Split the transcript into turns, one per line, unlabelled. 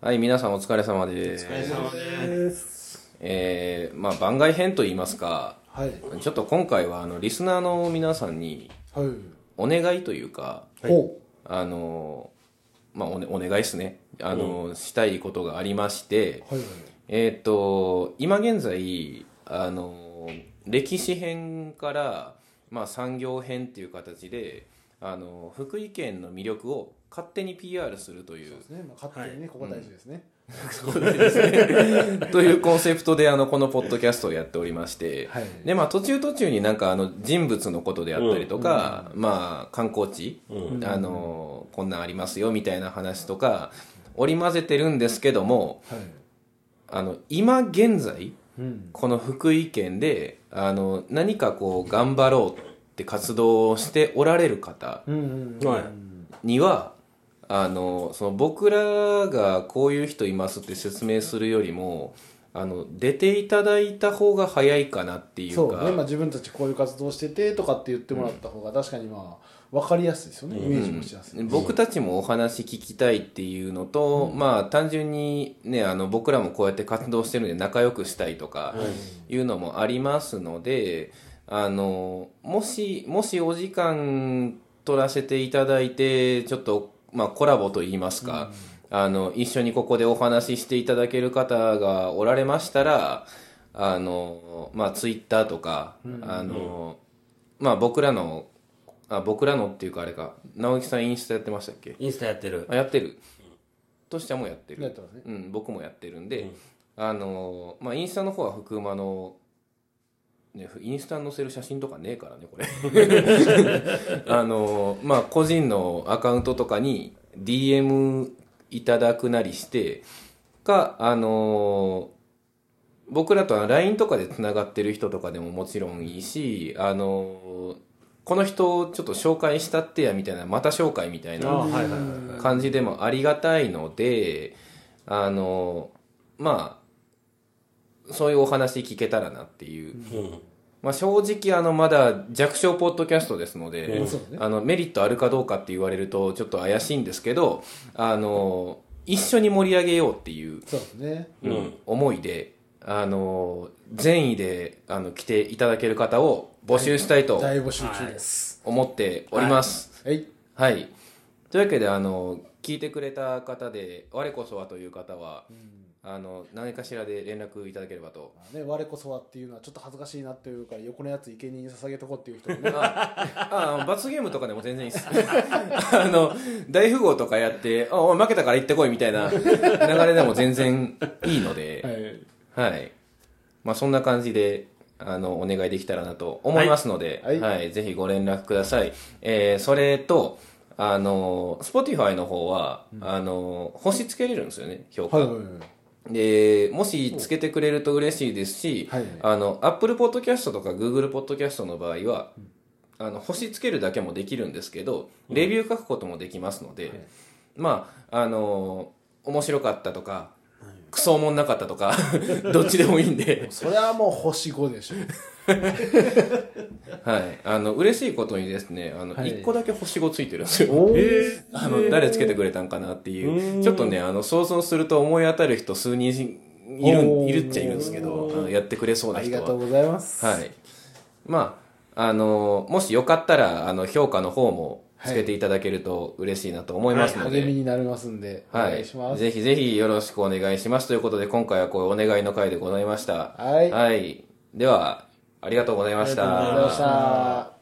はい、皆さんお疲れ様です。
です。
えー、まあ番外編と言いますか、
はい。
ちょっと今回はあの、リスナーの皆さんに
はい。
お願いというか、
ほ
あの、まあお,、ね、お願いですね。あの、したいことがありまして、
う。はい。
えっ、と、今現在、あの、歴史編から、まあ産業編っていう形で、あの、福井県の魅力を勝手に PR するという
そうですね。まあ、勝手にね、ここ大事ですね。
というコンセプトであのこのポッドキャストをやっておりまして、
はい
でまあ、途中途中になんかあの人物のことであったりとか、まあ、観光地、あのこんなんありますよみたいな話とか織り交ぜてるんですけども
はい。
あの今現在
うん。
この福井県であの何かこう頑張ろうって活動をしておられる方
うんうん。
はい
にはあのその僕らがこういう人いますって説明するよりもあの出ていただいた方が早いかなっていうか
そうね。まあ、自分たちこういう活動しててとかって言ってもらった方が、確かにまあ、わかりやすいですよね。イメージもしやすい。
僕たちもお話聞きたいっていうのと、まあ単純にねあの僕らもこうやって活動してるんで仲良くしたいとかいうのもありますので、あのもしもしお時間取らせていただいてちょっと、まあ、コラボといいますか、あの一緒にここでお話ししていただける方がおられましたらあのまあツイッターとか、あの、まあ僕らのあ僕らのっていうかあれか直樹さんインスタやってましたっけ
インスタやってる。
あやってるとしちゃんもやってる
やってますね
うん、僕もやってるんで、あのまあインスタの方は福馬のね、インスタに載せる写真とかねえからねこれ あのまあ個人のアカウントとかに DM いただくなりしてかあの僕らとは LINE とかでつながってる人とかでももちろんいいしあのこの人をちょっと紹介したってやみたいなまた紹介みたいな
はいはいは
感じでもありがたいのであのまあそういうお話聞けたらなっていう、
い。うん。
まあ、正直あのまだ弱小ポッドキャストですので、
うんそうだね
あのメリットあるかどうかって言われるとちょっと怪しいんですけどあの一緒に盛り上げようっていう
そうですね。
うん。
思いであの善意であの来ていただける方を募集したいと
大募集中です。
思っております。
はい。
はい。というわけで、あの、聞いてくれた方で、我こそはという方は、あの、何かしらで連絡いただければ と。
まあね、我こそはっていうのはちょっと恥ずかしいなっていうから横のやつ生贄に捧げとこうっていう人 もね
ああ、罰ゲームとかでも全然いいです。 あの、大富豪とかやって、あ、おい負けたから行ってこいみたい な流れでも全然いいので、
い
はい、まあ、そんな感じで、あの、お願いできたらなと思いますので、は、
はいい
ぜひご連絡ください。えー、それと、あの、Spotify の方は、あの、星つけれるんですよね、評価。
はいはいはい
で、もしつけてくれると嬉しいですし、
はい
あの、Apple Podcast とか Google Podcast の場合は、あの、星つけるだけもできるんですけど、レビュー書くこともできますので、まあ、あのー面白かったとか、クソおもんなかったと か、どっちでもいいんで、
それはもう星5でしょ
はい。あの、嬉しいことにですね、あの、
はい
1個だけ星5ついてるんですよ。
お
え
あの、誰つけてくれたんかなっていう、ちょっとね、あの、想像すると思い当たる人数人いる、
おー
いるっちゃいるんですけど、あのやってくれそう
あ
な
り
人
が
は。
とうございます
はい。まあ、あの、もしよかったら、あの、評価の方もつけていただけると嬉しいなと思いますの
励み
で、
になりますんでお
は
願
い。
いします
ぜひぜひよろしくお願いしますということで、今回はこういうお願いの回でございました。
はい
はい。では、ありがとうございました。
ありがとうございました。